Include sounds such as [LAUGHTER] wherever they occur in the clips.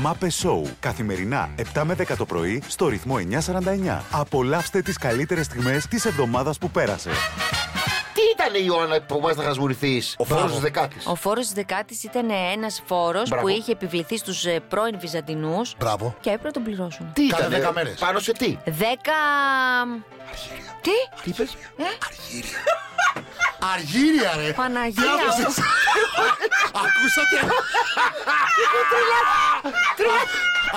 Μάπε Show. Καθημερινά 7 με 10 το πρωί στο ρυθμό 949. Απολαύστε τις καλύτερες στιγμές της εβδομάδας που πέρασε. Τι ήταν η Ιωάννα που μας να χασμουριθεί, ο φόρο της Δεκάτης. Ο φόρο της Δεκάτης ήταν ένας φόρο Μπράβο. που είχε επιβληθεί στους ε, πρώην Βυζαντινούς Μπράβο. και έπρεπε να τον πληρώσουν. Τι Κάθε ήτανε, δέκα μέρες. Πάνω σε τι. Δέκα. Τι? Τι Ε? είπες? Αργύρια. Αργύρια, ρε. Παναγία Τι άκουσες? μου. Ακούσατε.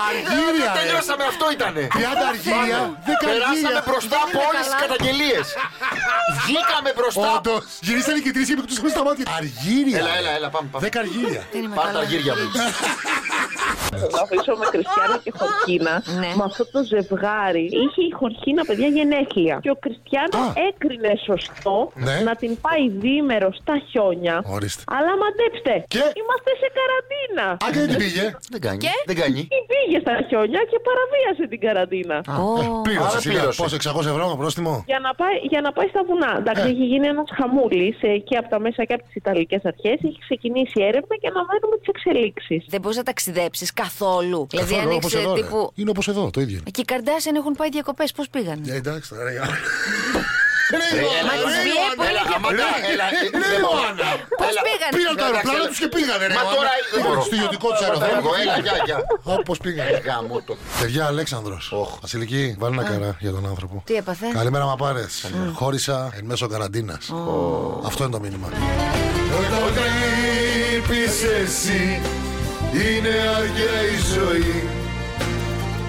Αργύρια, ρε. Τελειώσαμε, αυτό ήτανε. 30 αργύρια, 10 Περάσαμε αργύρια. μπροστά από όλες τι καλά. καταγγελίες. Βγήκαμε μπροστά. Όντω. Γυρίσανε και τρει και του στα μάτια. Αργύρια. Έλα, ρε. έλα, έλα, πάμε. πάμε. 10 αργύρια. Δεν είμαι Πάρ' τα καλά. αργύρια μου. Αφήσω με Κριστιανό και Χορκίνα. Ναι. Με αυτό το ζευγάρι είχε η Χορκίνα παιδιά γενέθλια. Και ο Κριστιανό Α. έκρινε σωστό Ναι. να την πάει διήμερο στα χιόνια. Ορίστε. Αλλά μαντέψτε, Και? είμαστε σε καραντίνα. Αν δεν την πήγε. Δεν κάνει. Και? Δεν κάνει. Ή πήγε στα χιόνια και παραβίασε την καραντίνα. Ω, Άρα Πλήρωσε. σιγά. πλήρωσε. Πόσο, 600 ευρώ πρόστιμο. Για να, πάει, για να πάει στα βουνά. Εντάξει, Ε. έχει γίνει ένας χαμούλης εκεί από τα μέσα και από τις Ιταλικές αρχές. Έχει ξεκινήσει έρευνα και αναμένουμε τις εξελίξεις. Δεν μπορείς να ταξιδέψεις καθόλου. Δηλαδή, Καθόλου, αν όπως ήξερε εδώ, ρε. τύπου. Είναι όπως εδώ, το ίδιο. είναι. Και οι Καρντάσιαν έχουν πάει διακοπές. Πώς πήγανε. Ε, Εντάξει, τώρα. για- [LAUGHS] Ε, Ρε, έλα, Μα ρε, τις βλέπω, Έλα, είναι αμάτα, και- έλα, ε, Ρε, δεν μπορώ. Ιωάννα. Πώς Έλα, πήγανε. Πήραν το αεροπλάνο τους και πήγανε, ρε. Μα Ιωάννα. τώρα δεν μπορώ. Στο ιδιωτικό του Έλα, αεροπλάνο. Έλα, γεια, γεια. Όπως πήγανε. Γαμώ το. Παιδιά Αλέξανδρος. Οχ. Βασιλική, βάλει ένα καρά για τον άνθρωπο. Τι ε? έπαθε? Καλημέρα, μα πάρες. Χώρισα εν μέσω καραντίνας. Αυτό είναι το μήνυμα. Όταν λείπεις εσύ, είναι αργία η ζωή.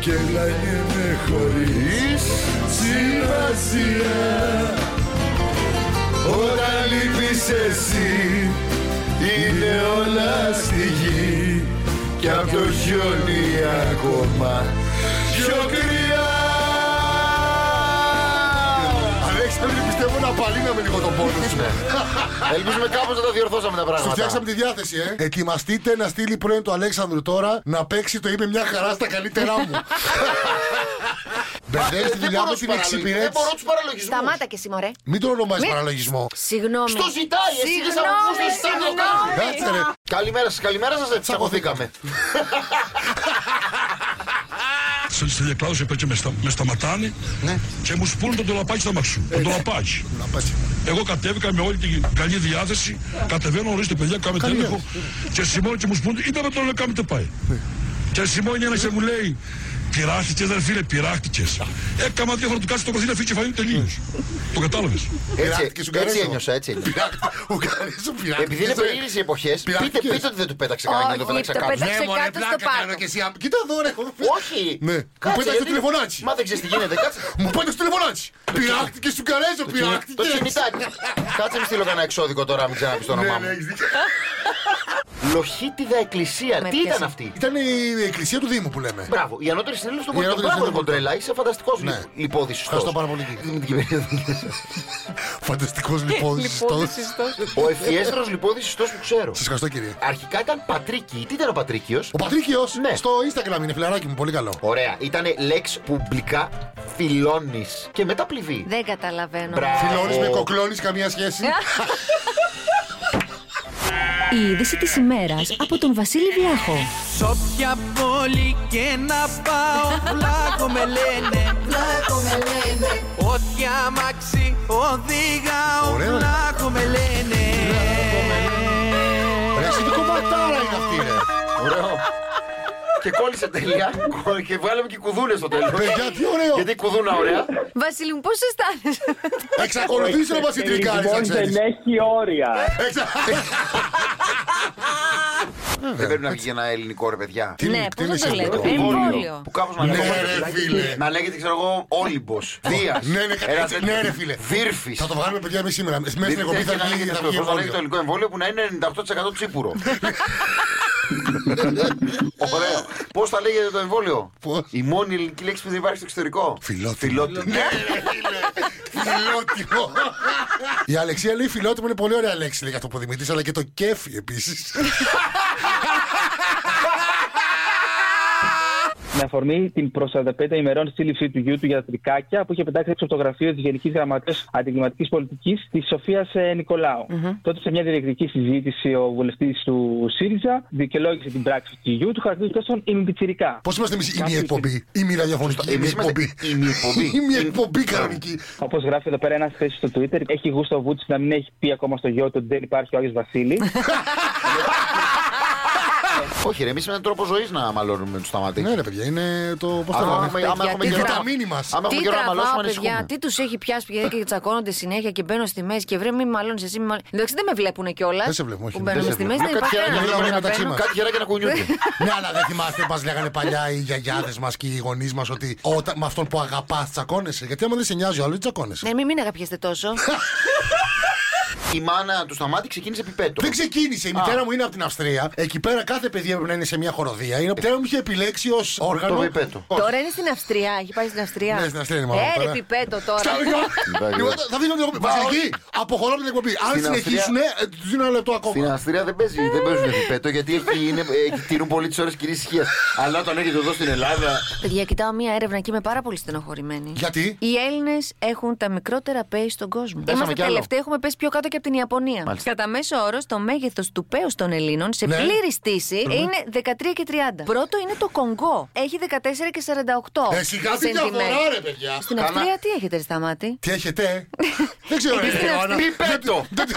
Και λάγεται χωρίς σημασία. Όταν λείπεις εσύ, είναι όλα στη γη. Κι απ' το χιόνι ακόμα πιο κρύα. Αλέξανδρε, πιστεύω να παλύναμε λίγο τον πόνο σου. Ελπίζουμε κάπως να τα διορθώσαμε τα Σου πράγματα. φτιάξαμε τη διάθεση, ε. Ετοιμαστείτε να στείλει πρώην του Αλέξανδρου τώρα να παίξει το είπε μια χαρά στα καλύτερά μου. Ε, Μπερδεύει τη Ε, Δεν δουλειά μπορώ με τους την παραλογισμούς. Δεν μπορώ εξυπηρέτηση. τους παραλογισμούς. Σταμάτα και εσύ, μωρέ. Μην τον ονομάζεις Μη- παραλογισμό. Συγγνώμη. Στο ζητάει, εσύ δεν Συγγνώμη, ακούς, δεν ζητάει να το κάνει. συγγνώμη. Κάτσε ρε. Καλημέρα σας, καλημέρα σας, τσακωθήκαμε. Στην Ιλιακλάου σε πέτσε με, στα, με σταματάνε και μου σπούν τον τολαπάκι στα μαξού. Τον τολαπάκι. Λαπάτσι. Εγώ κατέβηκα με όλη την καλή διάθεση. Κατεβαίνω, ορίστε παιδιά, κάμε Καλή έλεγχο. Και σημώνει και μου σπούν. Είπαμε τον λέω κάμε το πάει. Και σημώνει ένα και μου λέει. Πειράχτηκες, δεν φίλε, πειράχτηκες. Έκανα δύο χρόνια του κάτσε το κοθίνα, φύγει κεφάλι τελείω. Το κατάλαβες. Πειράχτηκε, Έτσι, σου έτσι καρέσω. ένιωσα, έτσι ένιωσα. Ουγγαρί σου πειράζει. Επειδή είναι περίεργες οι εποχές, πείτε, Πειράχτηκες. πείτε ότι δεν του πέταξε κανένα, Όχι, δεν το πέταξε το κάποιος. πέταξε. Ναι, μωρέ, κάτω στο πλάκα κάνω πάρκο. και εσύ. Κοίτα εδώ ρε. Όχι! Ναι, μου Κάτσε, πέταξε το γιατί- τηλεφωνάκι. Μα δεν ξέρεις τι γίνεται, κάτσε. Μου πέταξε το τηλεφωνάκι. Πειράχτηκες, σου καρέζω, Το πειράχτηκε. κινητάκι. Κάτσε, μη στείλω κανένα εξώδικο τώρα, μην ξαναπείς το Ναι, όνομά μου. Λοχίτιδα Εκκλησία, Με τι ήταν πιάσε. αυτή. Ήταν η εκκλησία του Δήμου που λέμε. Μπράβο, η ανώτερη συνέλευση του Η Βόλου. ανώτερη Μπράβο, ρε συνέλευση του Κοντρέλα, είσαι φανταστικός Ναι. λιπόδης. Ευχαριστώ πάρα πολύ. Φανταστικό λοιπόν ζεστό. Ο ευφιέστερο λιπόδης ιστός που ξέρω. Σας ευχαριστώ κύριε. Αρχικά ήταν Πατρίκη. Τι ήταν ο Πατρίκιος. Ο Πατρίκιος Ναι. στο Instagram είναι φιλαράκι μου, πολύ καλό. Ωραία, ήταν λέξ πουμπλικά φιλώνεις. Και μετά πληβή. Δεν καταλαβαίνω. Μπράβο. Φιλώνεις με κοκλώνεις καμία σχέση. Η είδηση της ημέρας από τον Βασίλη Διάχο. Σ' όποια πόλη και να πάω Βλάκο με λένε Ό,τι αμάξι οδηγάω Ωραία. Βλάκο με λένε Ρε, εσύ τι κομματάρα είναι αυτή, ρε. Ωραίο. και κόλλησε τελεία. [LAUGHS] και βγάλαμε και κουδούνες στο τέλος. Παιδιά, τι ωραίο. Γιατί κουδούνα, ωραία. Βασίλη μου, πώς αισθάνεσαι. Εξακολουθείς να μας συντρικάρεις, να ξέρεις. Λοιπόν, έχει όρια. Εξα- Δεν πρέπει να βγει ένα ελληνικό ρε, παιδιά. Τι Ναι, είναι- πώς [LAUGHS] τι να το είναι λέμε. αυτό? ε? Εμβόλιο. Που κάπως να Ναι, λέγεται. ρε, φίλε. Να λέγεται, ξέρω εγώ, Όλυμπος. Δίας. Ναι, ναι, κάτι τέτοιο. Ναι, ρε, φίλε. Δύρφης. Θα το βγάλουμε, παιδιά, εμείς σήμερα. Μέσα στην Δεν εκπομπή θα να βγει λέγεται θα αυτός. βγει Πώς θα λέγεται το εμβόλιο. ελληνικό εμβόλιο που να είναι 98% [LAUGHS] τσίπουρο. Ωραίο. Πώς θα λέγεται το εμβόλιο, Πώς? Η μόνη ελληνική λέξη που δεν υπάρχει στο εξωτερικό. Φιλότιμο. Φιλότιμο. Ναι, ρε, φίλε. Φιλότιμο. Η Αλεξία λέει φιλότιμο είναι πολύ ωραία λέξη, λέει αυτό που Δημήτρη, αλλά και το κέφι επίσης. με αφορμή την προ 45 ημερών σύλληψη του γιού του για τα τρικάκια που είχε πετάξει έξω από το γραφείο της Γενικής Γραμματέα Αντιγκληματική Πολιτικής της Σοφίας ε, Νικολάου. Τότε σε μια διεκτική συζήτηση ο βουλευτής του ΣΥΡΙΖΑ δικαιολόγησε την πράξη του γιού του χαρακτηρίζοντας τον ημιπιτσυρικά. Πώς είμαστε εμείς, η μία Κάποιος- εκπομπή, ή μία ραδιοφωνική. Εμείς είμαστε εκπομπή. η μία εκπομπή. Η μία εκπομπή κανονική. Όπως γράφει εδώ πέρα ένας θέσης στο Twitter, έχει γούστο βούτσι να μην έχει πει ακόμα στο γιο του ότι δεν υπάρχει ο Άγιος [LAUGHS] Βασίλης. Όχι, ρε, εμείς με έναν τρόπο ζωής να μαλώνουμε του σταματήσει. Ναι, ρε παιδιά, είναι το. Πώς το Άμα λέμε. έχουμε- άμα παιδιά, έχουμε τι καιρό να τραβάω. Βιταμίνη μας. Άμα έχουμε Τι καιρό να τραβάω, μαλώσουμε, παιδιά, ανησυχούμε. τι τους έχει πιάσει παιδιά και τσακώνονται συνέχεια και μπαίνω στη μέση και βρε, μη μαλώνεις εσύ. Μη μαλ... Εντάξει, δεν με βλέπουν κιόλας. Δεν σε βλέπουμε, όχι, Που δεν μπαίνουμε σε στη μέση, βλέπουμε. δεν Μα υπάρχει κάτι κανένα χεράκια λόγο μιλάμε να μεταξύ μπαίνω. μας. Κάτι χεράκια να [LAUGHS] κουνιούνται. Ναι, αλλά δεν θυμάστε μας λέγανε παλιά οι γιαγιάδες μας και οι γονείς μας ότι όταν, με αυτόν που αγαπάς τσακώνεσαι. Γιατί άμα δεν σε νοιάζει ο άλλος, τσακώνεσαι. Ναι, μην, μην αγαπιέστε [LAUGHS] τόσο. Η μάνα του Σταμάτη ξεκίνησε πιπέτο. Δεν ξεκίνησε. Η μητέρα μου είναι από την Αυστρία. Εκεί πέρα κάθε παιδί έπρεπε να είναι σε μια χοροδία. Η μητέρα μου είχε επιλέξει ως όργανο. Το πιπέτο. Όχι. Τώρα είναι στην Αυστρία, έχει πάει στην Αυστρία. Ναι, στην Αυστρία είναι μάλλον Ε, τώρα. ρε, πιπέτο τώρα. Στα μικρά. Λοιπόν, Θα δίνω την εκπομπή. Βασιλική, όχι. αποχωρώ από την εκπομπή. Αν Στην συνεχίσουνε, ε, του δίνω ένα λεπτό Στην ακόμα. Αυστρία δεν, παίζει, δεν παίζουν πιπέτο γιατί εκεί, είναι, εκεί τηρούν πολύ τις ώρες κυρίε ησυχία. Αλλά όταν έρχεται εδώ στην Ελλάδα. Παιδιά, κοιτάω μία έρευνα και είμαι πάρα πολύ στενοχωρημένη. Γιατί? Οι Έλληνες έχουν τα μικρότερα πέη στον κόσμο. Πέσαμε κι Είμαστε άλλο. τελευταίοι, έχουμε πέσει πιο κάτω και από την Ιαπωνία. Μάλιστα. Κατά μέσο όρο, το μέγεθος του πέους των Ελλήνων σε Ναι. πλήρη στήση είναι 13 και 30. Πρώτο είναι το Κονγκό. Έχει 14 και 48. Ε, σιγά τι centimeter. διαφορά, ρε παιδιά. Στην Αυστρία τι έχετε, ρε σταμάτη. Τι έχετε, [LAUGHS] ε? Δεν ξέρω, ρε. Στην Ιωάννα. Αυστρία- Πιπέτο! Δεν-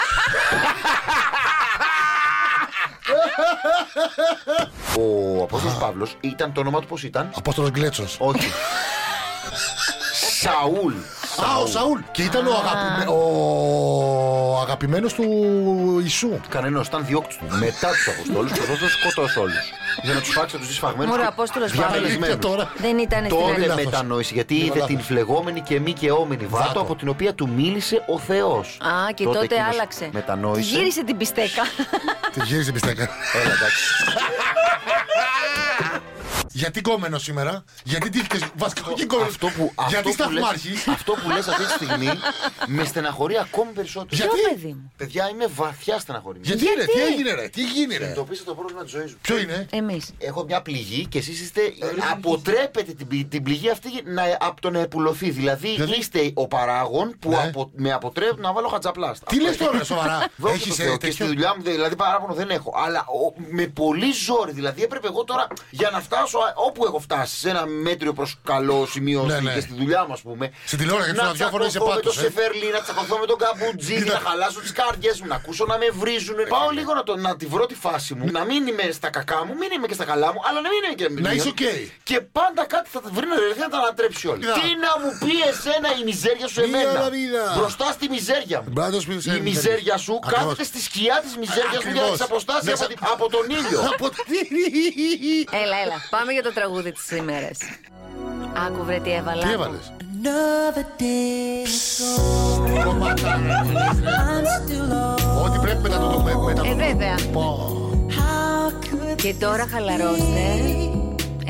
Ο Απόστολος Παύλος ήταν το όνομα του πώς ήταν. Απόστολος Γκλέτσος. Όχι. Σαούλ. Α, ο Σαούλ. Και ήταν ο, αγαπημέ... ο αγαπημένος του Ισού. Κανένας, ήταν διώκτης του. Μετά τους Αποστόλους, και εδώ του σκότωσε όλους. Για να τους φάξει του σφαγμένου. Μωρέ, Απόστολος Και τώρα. Δεν ήταν στην αρχή. Τότε λάθος. μετανόησε γιατί Λίγο είδε λάθος. την φλεγόμενη και μη και όμενη βάτο, Βάτο. από την οποία του μίλησε ο Θεός. Α, και τότε, άλλαξε. Μετανόησε. Γύρισε την πιστέκα. [LAUGHS] Τη γύρισε την πιστέκα. Έλα, εντάξει. Γιατί κόμενο σήμερα, γιατί τύχηκε βασικό και κόμενο. αυτό που, αυτό Γιατί που σταθμάρχη. λες, αυτό που λες αυτή τη [LAUGHS] στιγμή με στεναχωρεί ακόμη περισσότερο. Γιατί? Ποιο παιδί μου. Παιδιά, είμαι βαθιά στεναχωρημένη. Γιατί ρε, τι έγινε ρε, τι γίνει ρε. Εντοπίστε το πρόβλημα της ζωής μου. Ποιο είναι. Εμείς. Έχω μια πληγή και εσείς Ε, είστε. αποτρέπετε την, πλη- την πληγή αυτή να, από το να επουλωθεί. Δηλαδή, Δηλαδή? είστε ο παράγων που Ναι. απο- με αποτρέπει να βάλω χατζαπλάστα. Τι λες τώρα [LAUGHS] σοβαρά. Δόξα τω Έχεις Θεώ, ε, και στη τέτοιο. δουλειά μου, δηλαδή παράπονο δεν έχω. Αλλά ο- με πολύ ζόρι, δηλαδή έπρεπε εγώ τώρα για να φτάσω α, όπου έχω φτάσει, σε ένα μέτριο προς καλό σημείο Ναι, στη- ναι. και στη δουλειά μου, ας πούμε. Στην τηλεόραση, γιατί να στον αδιάφορο είσαι τσακωθώ με πάτος, το ε. Σεφέρλι, να τσακωθώ με τον Καμπουτζίνη, να χαλάσω τις καρδιέ μου, να ακούσω να με βρίζουν. Ναι, Πάω λίγο να, το, να τη βρω τη φάση μου, να μην είμαι στα κακά μου, μην είμαι και στα καλά μου, αλλά να μην είμαι και. Να είσαι οκ. Και πάντα κάτι θα τα βρει να βρεθεί να τα ανατρέψει όλοι. Κοίτα. Τι να μου πει εσένα η μιζέρια σου Μία εμένα. λαβίδα. Μπροστά στη μιζέρια μου. Μπράβο, σπίτι σε Η μιζέρια σου Ακριβώς. κάθεται στη σκιά της μιζέρια σου για Ακριβώς. να τις αποστάσει Μέσα- από, την- από τον ήλιο. Από τι. Έλα, έλα. Πάμε για το τραγούδι της σήμερα. Άκου βρε τι έβαλα. Τι έβαλες. Ό,τι πρέπει μετά το το Ε, μετα- βέβαια. Πω. Και τώρα χαλαρώστε.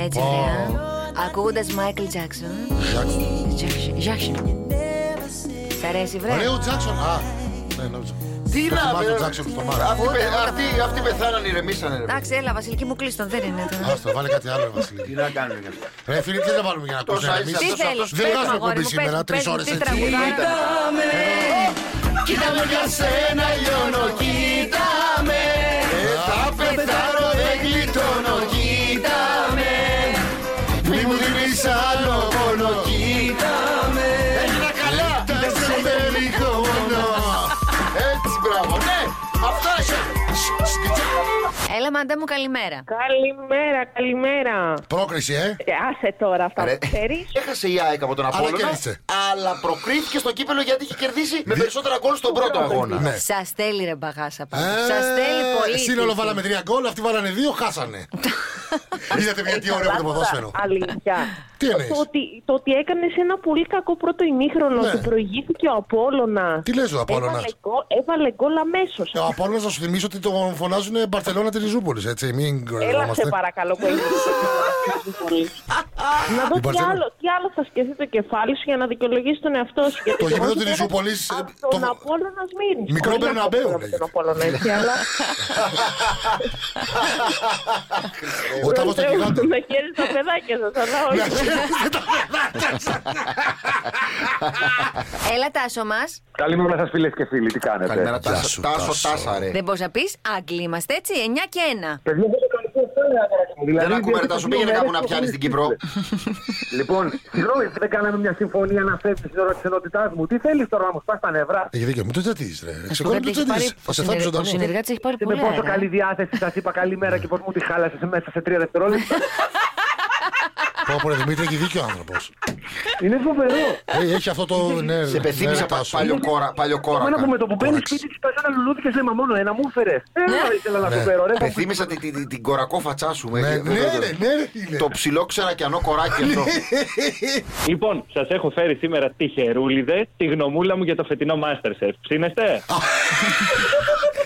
Έτσι, ωραία. Ακούγοντας Michael Jackson. Jackson. Jackson. Σ' αρέσει, βρε. Ωραίο Τζάξον. Α, ναι, νόμιζα. Ε. Τι Το να θυμάσαι βρε. τον Τζάξον στο μάτι. Αυτοί πε- αυτοί- Αυτοί πεθάναν, ηρεμήσανε. ρε. Εντάξει, έλα, Βασιλική μου κλείστον. Δεν είναι. Άστο, βάλε κάτι άλλο, ρε, Τι Βασίλη. να κάνουμε γι' αυτό. Ρε φίλε, τι θα βάλουμε για να Τόσα ακούσουμε εμείς. είσαι, Τι αυτός- θέλει. Δεν βγάζουμε εκπομπή σήμερα, τρεις ώρες Τι έτσι. τραγουδάρα. Κοίταμε για σένα λιώνω, κοίταμε Ε, Θα πεθάρω, δεν γλιτώνω, κοίταμε Μη μου δίνεις άλλο πόνο, κοίταμε Έγινα καλά, δεν σε θέλει το μόνο Έτσι, μπράβο, ναι, αυτά είσαι Έλα, μαντά μου, καλημέρα. Καλημέρα, καλημέρα. Πρόκριση, ε. Ε, Άσε τώρα αυτά Ρε. που ξέρεις. Έχασε η ΑΕΚ από τον Απόλλωνα, κέρδισε. αλλά προκρίθηκε στο κύπελο γιατί είχε κερδίσει με περισσότερα γκολ στον πρώτο αγώνα. Ναι. Σα στέλνει ρε μπαγάσα πάνω. Ε, Σας στέλνει πολύ. η Σύνολο τύχη. βάλαμε τρία γκολ, αυτοί βάλανε δύο, χάσανε. Είδατε μια Ε, τι ωραίο με το ποδόσφαιρο. Αλήθεια. Τι εννοείς? Το ότι, το ότι έκανες ένα πολύ κακό πρώτο ημίχρονο, Ναι. ότι προηγήθηκε ο Απόλλωνα. Τι λες ο Απόλλωνας? Έβαλε γκολ- Έβαλε γκολ αμέσως. Ο Απόλλωνας να σου θυμίσω ότι τον φωνάζουν Μπαρσελόνα της Ριζούπολης, έτσι. Μην Έλα σε [LAUGHS] κοροϊδευόμαστε. παρακαλώ που έχεις. Να δω Η τι Μπαρτσελόνα. άλλο, τι άλλο θα σκεφτεί το κεφάλι σου για να δικαιολογήσει τον εαυτό σου. γιατί Το εγώ γήπεδο σου της πήρα Νησιούπολης, ε, Από το- τον Απόλλωνα Σμύρνης. Μικρό Όχι Μπερναμπέου από τον λέγεται. Απόλλωνα, έτσι, αλλά [LAUGHS] Ο [LAUGHS] τάβος των γιγάντων. να χαίρετε τα παιδάκια σας, αλλά Να όχι. χαίρεστε τα παιδάκια σας. Έλα, τάσο μας. Καλημέρα σας, φίλες και φίλοι. Τι κάνετε. Καλημέρα, Γεια Τάσο. σου, Τάσο, Τάσο. Τάσα, Δηλαδή, ρε. Δεν μπορείς να πεις Άγγλοι είμαστε έτσι, 9 και 1. Παιδιά, δεν το καλοκαίρι θέλω να κάνω. Δηλαδή, Δεν ακούμε, ρε διότι Τάσο. δύο Πήγαινε μέρες κάπου να το πιάνει έχω την Κύπρο. Λοιπόν, συγγνώμη που δεν κάναμε μια συμφωνία να φεύγεις στην ώρα της ενότητάς μου. Τι θέλεις τώρα να μου σπά τα νευρά. Έχει δίκιο, μην το τσατίζεις ρε. Να σου πω Ξεκόλου, κάτι, μην το έχει πάρει- τσατίζεις. Θα σε ο θάψει συνεργα- ο Ο Ντανός. συνεργάτης έχει πάρει Και με πολλά. ε. πόσο αέρα. καλή διάθεση σας είπα καλημέρα και πώ μου τη χάλασες μέσα σε τρία δευτερόλεπτα. Πω, πω, ρε, Δημήτρη, έχει δίκιο ο άνθρωπος. Είναι φοβερό. Ε, Έχει αυτό το... ναι, Σε ναι, πεθύμισα ρε, Τάσο. παλιοκόρα. Εμένα που με Παλιοκόρα. το που μπαίνει Κόραξε. σπίτι τη πα ένα λουλούδι και σου λέει Μα μόνο ένα μου έφερε. Ένα ήθελα να σου Ναι. φέρω. ρε. Πεθύμησα τη- τη- τη- την κορακό φατσά σου. Ναι, Ε, ναι, το- ρε, ναι, ρε, είναι. Το ψηλό ξερακιανό κοράκι αυτό. Λοιπόν, σας έχω φέρει σήμερα τυχερούλιδε τη γνωμούλα μου για το φετινό Masterchef. Ψήνεστε.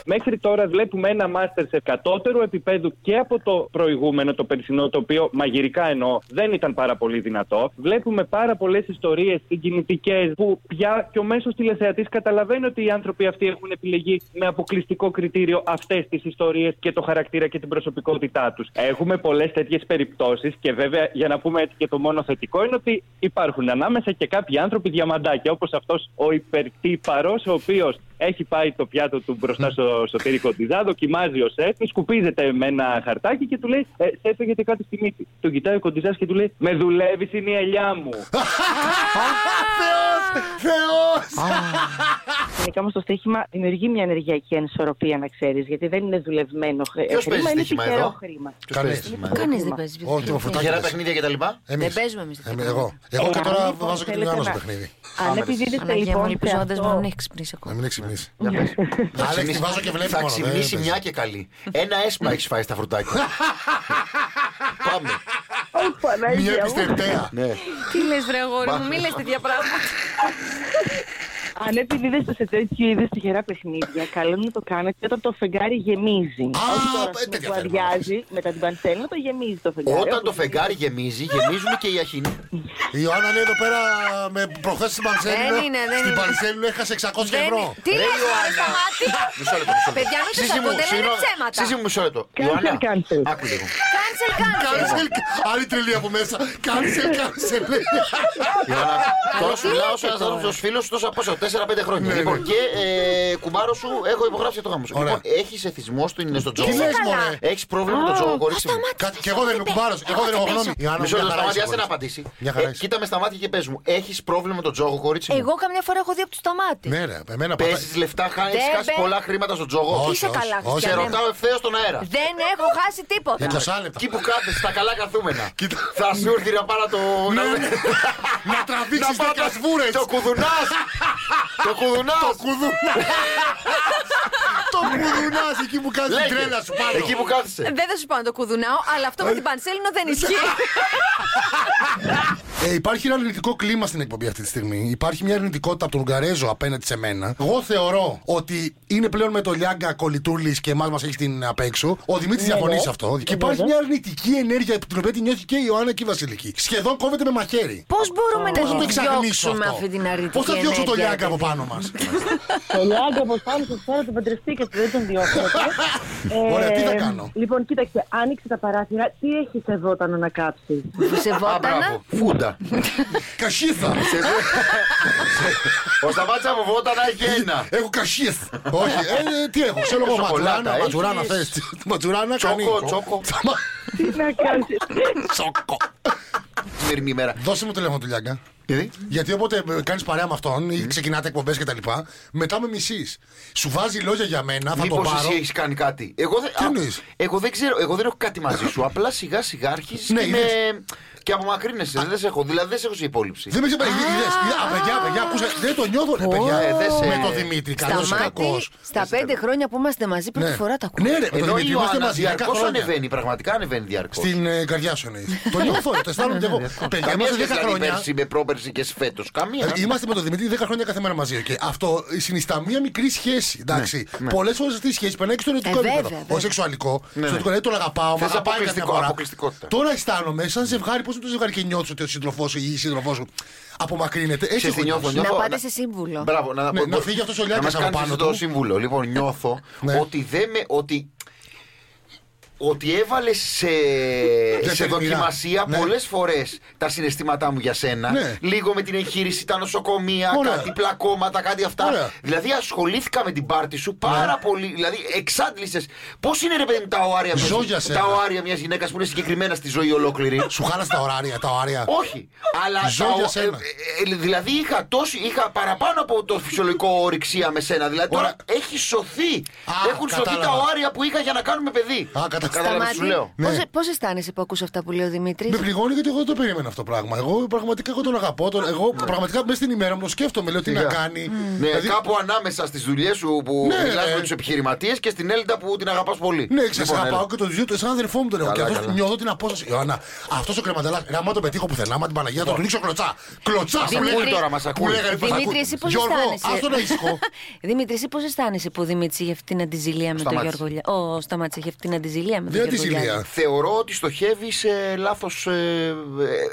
Μέχρι τώρα βλέπουμε ένα Masterchef κατώτερου επίπεδου και από το προηγούμενο, το περσινό, το οποίο μαγειρικά εννοώ δεν ήταν πάρα πολύ δυνατό. Βλέπουμε πάρα πολλές ιστορίες συγκινητικές που πια και ο μέσος τηλεθεατής καταλαβαίνει ότι οι άνθρωποι αυτοί έχουν επιλεγεί με αποκλειστικό κριτήριο αυτές τις ιστορίες και το χαρακτήρα και την προσωπικότητά τους. Έχουμε πολλές τέτοιες περιπτώσεις και βέβαια για να πούμε έτσι και το μόνο θετικό είναι ότι υπάρχουν ανάμεσα και κάποιοι άνθρωποι διαμαντάκια όπως αυτός ο υπερτύπαρος, ο οποίος έχει πάει το πιάτο του μπροστά στο σωτήρι κοντιζά, δοκιμάζει ο σεφ, του σκουπίζεται με ένα χαρτάκι και του λέει: ε, Σεφ, έχετε κάτι στη μύτη. Τον κοιτάει ο κοντιζάς και του λέει: Με δουλεύεις, είναι η ελιά μου. Γενικά όμως το στοίχημα δημιουργεί μια ενεργειακή ανισορροπία, να ξέρεις, γιατί δεν είναι δουλευμένο χρ- Ποιος παίζει χρήμα, είναι στοίχημα τυχερό εδώ? χρήμα. Ποιος παίζει Κανείς. σήμερα. Κανείς δεν παίζει. Όχι, ο Τυχερά Φρουτάκης. παιχνίδια κτλ. Εμείς. Δεν παίζουμε εμείς τέτοια Εμείς, πράγματα. Ε, Εγώ. Εγώ και Εάν τώρα λοιπόν βάζω και τον θέλετε Ιωάννη στο να- παιχνίδι. Αν επιδίδεστε Αναγκαία μου, λοιπόν σε ελπίζοντα να μην αυτό, έχεις ξυπνήσει Να ακόμα. μην εξυπνήσει. Για πες. Άλεξ, τη βάζω και βλέπω Θα μόνο, ε, δεν ξυπνήσει παίζει. μια και καλή. Ένα έσπα έχει φάει στα [LAUGHS] φρουτάκια. Πάμε. ναι. Ω, Παναγία Μια μου. επιστευτέα. Ναι. Τι λες, βρε αγόρι μου, μη λες τέτοια πράγματα. αν επιδίδεστε σε τέτοιου είδους τυχερά παιχνίδια, καλό είναι να το κάνετε όταν το φεγγάρι γεμίζει. Α, Όχι τώρα, ε, ας πούμε, τέτοια που θέλουμε. αδειάζει μετά την παντσέλα, το γεμίζει το φεγγάρι. Όταν το Όπως- φεγγάρι γεμίζει, γεμίζουν και οι αχινοί. Η Ιωάννα λέει εδώ πέρα με προχθές στην Πανσέλινο. Δεν είναι, δεν Στην είναι. Πανσέλινο έχασε 600 Δεν- ευρώ. Τι λες, Ιωάννα. σταμάτη. Μισό λεπτό. μισό λεπτό. Παιδιά, μην σας Σύζυ μου, ακούτε, λένε συγγνώμη. ψέματα. Σύζυ μου, μισό λεπτό. Cancel, Ιωάννα, cancel. άκου λίγο. Κάνσελ, κάνσελ. Κάνσελ, άλλη τρελή από μέσα. Κάνσελ, κάνσελ. Ιωάννα, Τώρα σου τι μιλάω λέτε σε τώρα. ένα φίλο σου τόσα πόσα, 4-5 χρόνια. Ναι, Λοιπόν, ναι. και ε, κουμπάρο σου έχω υπογράψει το γάμο σου. Ωραία. Λοιπόν, έχεις εθισμός του, είναι στο τζόγο. Τι λες, μωρέ. Έχεις πρόβλημα με τον τζόγο, κορίτσι. μου. Κάτι κι εγώ δεν είμαι κουμπάρος. Εγώ δεν έχω γνώμη. Η Ιωάννα μου Μισό μια λεπτό, χαρά σταμάτη, είσαι, άσε να κορίτσι. απαντήσει. Μια Ε, χαρά είσαι. Κοίτα με στα μάτια και πες μου, έχεις πρόβλημα με τον τζόγο, κορίτσι. μου? Εγώ καμιά φορά έχω δει από του σταμάτη. Ναι, ρε, εμένα πατάει. Παίζει λεφτά, χάνει Δεν χάσει παί- πολλά χρήματα στον τζόγο. Όχι, Είσαι όχι, καλά, όχι. Σε Χριστιανέ. ρωτάω ευθέως στον αέρα. Δεν έχω χάσει τίποτα. 20 λεπτά. Εκεί που κάθεσαι, στα καλά καθούμενα. Κοίτα. Ναι, Θα σου έρθει να πάρω το. να- Να τραβήξεις πάω δέκα το- σβούρες. Το κουδουνάς! Το κουδουνάς! Το κουδουνάς. Το κουδουνάς εκεί που κάνεις την Λέγε. τρέλα σου πάνω. Εκεί που κάθεσαι. Ε, Δεν θα σου πω να το κουδουνάω, αλλά αυτό με την πανσέλινο δεν ισχύει. Ε, υπάρχει ένα αρνητικό κλίμα στην εκπομπή αυτή τη στιγμή. Υπάρχει μια αρνητικότητα από τον Ουγγαρέζο απέναντι σε μένα. Εγώ θεωρώ ότι είναι πλέον με το Λιάγκα Κολιτούλη και εμάς μας έχει την απ' έξω. Ο Ναι, Δημήτρη διαφωνεί σε Ε, αυτό. Και υπάρχει μια αρνητική ενέργεια που την οποία τη νιώθει και η Ιωάννα και η Βασιλική. Σχεδόν κόβεται με μαχαίρι. Πώς μπορούμε Πώς να θα Ε, το την εξαγνήσω διώξουμε αυτό. αυτή την αρνητική Πώς θα διώξω το ενέργεια, Λιάγκα από ρε πάνω μας. Το Λιάγκα, όπω πάλι σα τώρα τον παντρευτήκατε, δεν τον διώχνετε. [LAUGHS] Ωραία, τι θα Ε, κάνω. Λοιπόν, κοίταξε, άνοιξε τα παράθυρα. Τι έχει εδώ όταν ανακάψει. φίλε. Σε Α, βότανα. μπράβο. Φούντα. [LAUGHS] Ε, Κασίθα. Ε, Ο Σταμάτης από βότανα έχει ένα. Έχω κασίθ. Όχι, ε, τι έχω. Ξέρω εγώ Σοκολάτα ματζουράνα. έχεις. Ματζουράνα θες. Ματζουράνα Τσόκο, κανίκο. τσόκο. Τι να κάνεις. Τσόκο. ε, Σημερινή ημέρα. Δώσε μου το τηλέφωνο του Λιάγκα. Γιατί? Γιατί όποτε κάνεις παρέα με αυτόν ή ξεκινάτε εκπομπές κτλ. Μετά με μισείς. Σου βάζει λόγια για μένα, θα το Μήπως πάρω. εσύ έχεις κάνει κάτι. Εγώ δεν, Τι εννοείς? εγώ δεν ξέρω, εγώ δεν έχω κάτι μαζί σου. Απλά σιγά σιγά άρχισε Ναι, και, με... και απομακρύνεσαι. Δεν σε έχω, δηλαδή δεν σε έχω σε υπόλοιψη. Δεν με ξεπερνάει. Παιδιά, παιδιά, ακούσε. Δεν το νιώθω. ρε, παιδιά, Ε, δεν σε- με το Δημήτρη, καλός ή κακό. Σταμάτη, στα πέντε χρόνια που είμαστε μαζί, πρώτη φορά τα ακούω. Ναι, ρε, με τον Ενώ η Δημήτρη είμαστε Ιωάννα μαζί. δέκα διαρκώς χρόνια. ανεβαίνει, πραγματικά ανεβαίνει διαρκώς. Ναι, Στην ε, καρδιά σου εννοείς. Το νιώθω, ρε, το αισθάνομαι και εγώ. Παιδιά, Καμία είμαστε σχέση 10 δηλαδή χρόνια. πέρσι με βρήκε φέτος. Καμία. Ε, Είμαστε με τον Δημήτρη 10 χρόνια κάθε μέρα μαζί. Και αυτό συνιστά μία μικρή σχέση. Εντάξει. Ναι, ναι. Πολλές φορές αυτή η σχέση περνάει και στο ερωτικό Ε, βέβαια, επίπεδο. βέβαια. Όχι σεξουαλικό. στο ναι. ερωτικό, δηλαδή τον αγαπάω, με Θες αγαπάει κάθε αποκλειστικό- φορά. αποκλειστικότητα. Τώρα αισθάνομαι σαν ζευγάρι, πώ το ζευγάρι και νιώθεις ότι ο σύντροφός σου ή η σύντροφός σου απομακρύνεται. Έτσι Ξέρεις τι έχω νιώθω, νιώσει. νιώθω. Να πάτε σε σύμβουλο. Μπράβο, να, Ναι, να φύγει αυτός ο Λιάκας Να μας από κάνεις πάνω το του. Ναι. σύμβουλο. Λοιπόν, νιώθω ότι δεν με. Ότι, ότι έβαλε σε, σε τερμινά. δοκιμασία Ναι. πολλές φορές τα συναισθήματά μου για σένα. Ναι. Λίγο με την εγχείρηση, τα νοσοκομεία, Ωραία. κάτι πλακώματα, κάτι αυτά. Ωραία. Ναι. Δηλαδή ασχολήθηκα με την πάρτη σου πάρα πολύ. Δηλαδή εξάντλησες. Πώς είναι ρε παιδί μου τα οάρια, μιας- Ζω για σένα. τα οάρια μιας γυναίκας που είναι συγκεκριμένα στη ζωή ολόκληρη. Σου χάλασε τα ωράρια, τα ωράρια. Όχι. Αλλά Ζω τα ο- για σένα. ε, ε, δηλαδή είχα, τόση, είχα παραπάνω από το φυσιολογικό ορυξία με σένα. Δηλαδή τώρα έχει σωθεί. Έχουν σωθεί τα κατάλαβα. οάρια που είχα για να κάνουμε παιδί. Α, κατα- Κατάλαβες τι σου λέω. Ναι. Πώς πώς αισθάνεσαι που ακούς αυτά που λέει ο Δημήτρης. Με πληγώνει γιατί εγώ δεν το περίμενα αυτό το πράγμα. Εγώ πραγματικά εγώ τον αγαπώ. Τον, εγώ πραγματικά μέσα στην ημέρα μου το σκέφτομαι, λέω τι να Σιγά. κάνει. Ναι, Δηλαδή, κάπου ανάμεσα στις δουλειές σου που Ναι, μιλάς ρε. με τους επιχειρηματίες και στην Έλληνα που την αγαπάς πολύ. Ναι, ξαφνικά Λοιπόν, πάω και τον δύο, σαν αδερφό μου τον έχω. Και Καλά, αυτός καλά. νιώθω την απόσταση. Ιωάννα, αυτός ο κρεματελά, γάμα τον πετύχω πουθενά, μα την Παναγία, θα τον ρίξω κλωτσά. Κλωτσά, Λοιπόν. Δημήτρη- τώρα, μας ακούει. Δημήτρη, εσύ πώς Γιώργο, αισθάνεσαι. άστο να ησυχώ. Δημήτρη, εσύ πώς αισθάνεσαι που ο Δημήτρης είχε αυτή την αντιζηλία με τον Σταμάτησε. Γιώργο Λιά. Ο Σταμάτησε, είχε αυτή την αντιζηλία με τον Δεν Γιώργο αντιζηλία. Λιάδη. Θεωρώ ότι στοχεύει σε λάθος.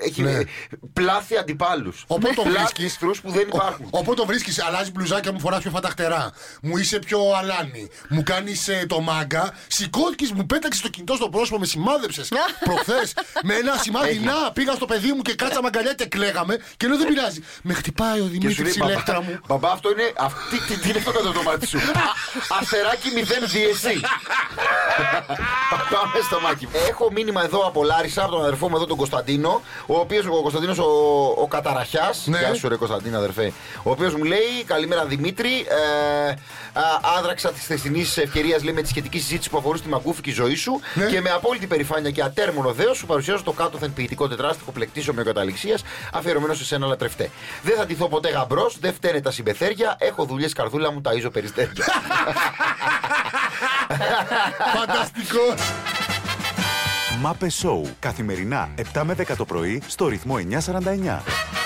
έχει Ναι. ε, πλάθη αντιπάλους. Οπότε τον βρίσκει. που δεν υπάρχουν. Οπότε τον βρίσκεις, αλλάζει μπλουζάκια μου, φοράς πιο φανταχτερά. Μου είσαι πιο αλάνη. Μου κάνεις το μάγκα. Σηκώθηκες, μου πέταξες το κινητό στο πρόσωπο, με [LAUGHS] σημάδεψες προχθές. με ένα σημάδι Έγινε. να πήγα στο παιδί μου και κάτσαμε αγκαλιά και κλαίγαμε. Και λέω δεν πειράζει. Με χτυπάει Και ο σου Δημήτρη λέει, η μπαμπά, λέκτρα μου. μπαμπά, αυτό είναι. Αυτή, τι, τι είναι αυτό κάτω από το μάτι σου. Α, αστεράκι 0 DSC. Πάμε στο μάκι. Έχω μήνυμα εδώ από Λάρισα, από τον αδερφό μου εδώ τον Κωνσταντίνο, ο οποίος ο Κωνσταντίνος ο, ο Καταραχιάς. Ναι. Γεια σου, ρε Κωνσταντίνο, αδερφέ. Ο οποίος μου λέει, Καλημέρα Δημήτρη. Ε, α, άδραξα τη θεσινής ευκαιρίας λέει με τη σχετική συζήτηση που αφορούσε τη μακούφικη ζωή σου Ναι. και με απόλυτη περηφάνεια και ατέρμονο δέος σου παρουσιάζω το κάτωθεν ποιητικό τετράστιχο πλεκτή ομοιοκαταληξία αφιερωμένο σε σένα λατρευτέ. Δεν θα τυθώ ποτέ γαμπρός, δεν φταίνε τα συμπεθέρια. Έχω δουλειές καρδούλα μου, ταΐζω περιστέρια. Φανταστικό. Μάπε Σόου. Καθημερινά 7 με 10 το πρωί στο ρυθμό 949.